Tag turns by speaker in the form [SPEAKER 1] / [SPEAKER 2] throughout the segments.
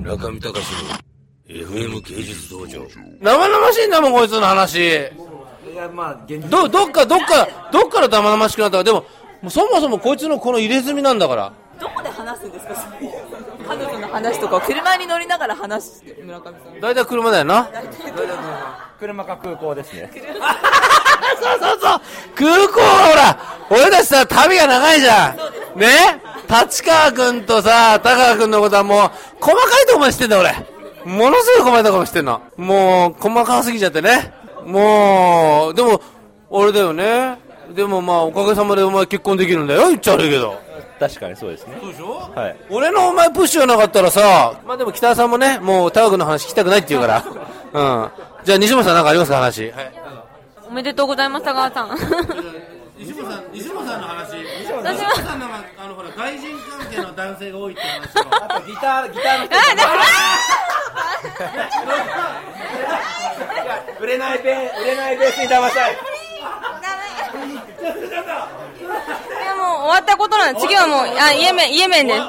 [SPEAKER 1] 中見隆の FM 芸術道場。
[SPEAKER 2] 生々しいんだもん、こいつの話。
[SPEAKER 3] いや、まあ、現実。
[SPEAKER 2] ど、どっか、どっか、どっから生々しくなったか。でも、もうそもそもこいつのこの入れ墨なんだから。
[SPEAKER 4] どこで話すんですかそういう彼女の話とか車に乗りながら話して村上さん
[SPEAKER 2] だいたい車だよな。
[SPEAKER 3] 車か空 港ですね。
[SPEAKER 2] そうそうそう。空港はほら、俺たちさ、旅が長いじゃん。ね立川君とさ、高川君のことはもう、細かいとこまで知ってんだ俺。ものすごい細かいとこまで知ってんの。もう、細かすぎちゃってね。もう、でも、俺だよね。でもまあ、おかげさまでお前結婚できるんだよ。言っちゃ悪いけど。
[SPEAKER 3] 確かにそうですね。
[SPEAKER 2] そうでしょ
[SPEAKER 3] はい。
[SPEAKER 2] 俺のお前プッシュがなかったらさ、まあでも北さんもね、もうタワ君の話聞きたくないって言う から。うん。じゃあ西本さんなんかありますか話。はい。
[SPEAKER 5] おめでとうございます、高橋さん。
[SPEAKER 6] 西本さん、西本さんの話。西本
[SPEAKER 5] 私は、
[SPEAKER 6] さんの、あの、ほら、外人関係の男性が多いって話を。
[SPEAKER 3] あとギター、ギターの人
[SPEAKER 5] あ、だから、
[SPEAKER 3] 売れないベー、売れないベースに騙したい。
[SPEAKER 5] いやもう終わったことなんで、次はもう、あ、イエメン、イエメンです。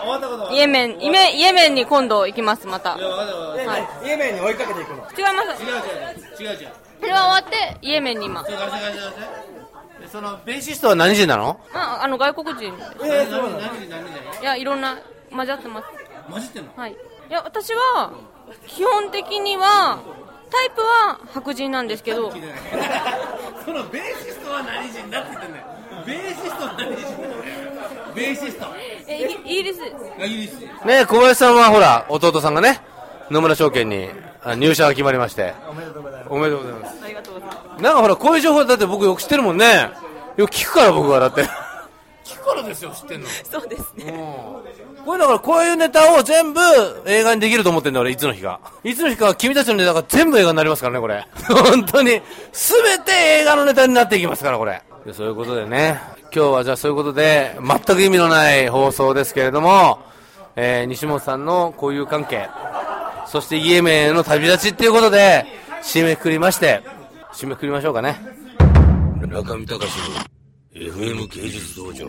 [SPEAKER 5] イエメン、イメイエメンに今度行きます、また。違い
[SPEAKER 3] イエメンに追いかけていくの。
[SPEAKER 5] ます。
[SPEAKER 6] 違う違う。違う違う。
[SPEAKER 5] それは終わって、イエメンに今。
[SPEAKER 6] それ貸して貸して貸してでその、ベーシ
[SPEAKER 2] シストは何人なの
[SPEAKER 5] まあ、あの、外国人です。
[SPEAKER 6] 何何何何何
[SPEAKER 5] いや、いろんな、混ざってます。
[SPEAKER 6] 混じってんの
[SPEAKER 5] はい。いや、私は、基本的には、タイプは白人なんですけど、
[SPEAKER 6] 聞いてない そのベーシストは何人だって言ってんだよベーシストは何人だよベーシスト
[SPEAKER 5] えイギイギリスです。
[SPEAKER 6] イギリス
[SPEAKER 2] ね小林さんはほら、弟さんがね、野村証券にあ入社が決まりまして。おめでとうございます。
[SPEAKER 4] ありがとうございます
[SPEAKER 2] なんかほら、こういう情報だって僕よく知ってるもんね。よく聞くから僕はだって。
[SPEAKER 6] 聞くからですよ知ってんの
[SPEAKER 4] そうですね
[SPEAKER 2] これだからこういうネタを全部映画にできると思ってんだ俺、いつの日か。いつの日かは君たちのネタが全部映画になりますからね、これ。 本当に。すべて映画のネタになっていきますから、これ。でそういうことでね、今日はじゃあそういうことで、全く意味のない放送ですけれども、えー、西本さんの交友関係、そしてイエメンへの旅立ちっていうことで、締めくくりまして、締めくくりましょうかね。
[SPEAKER 1] 中見隆の FM 芸術道場。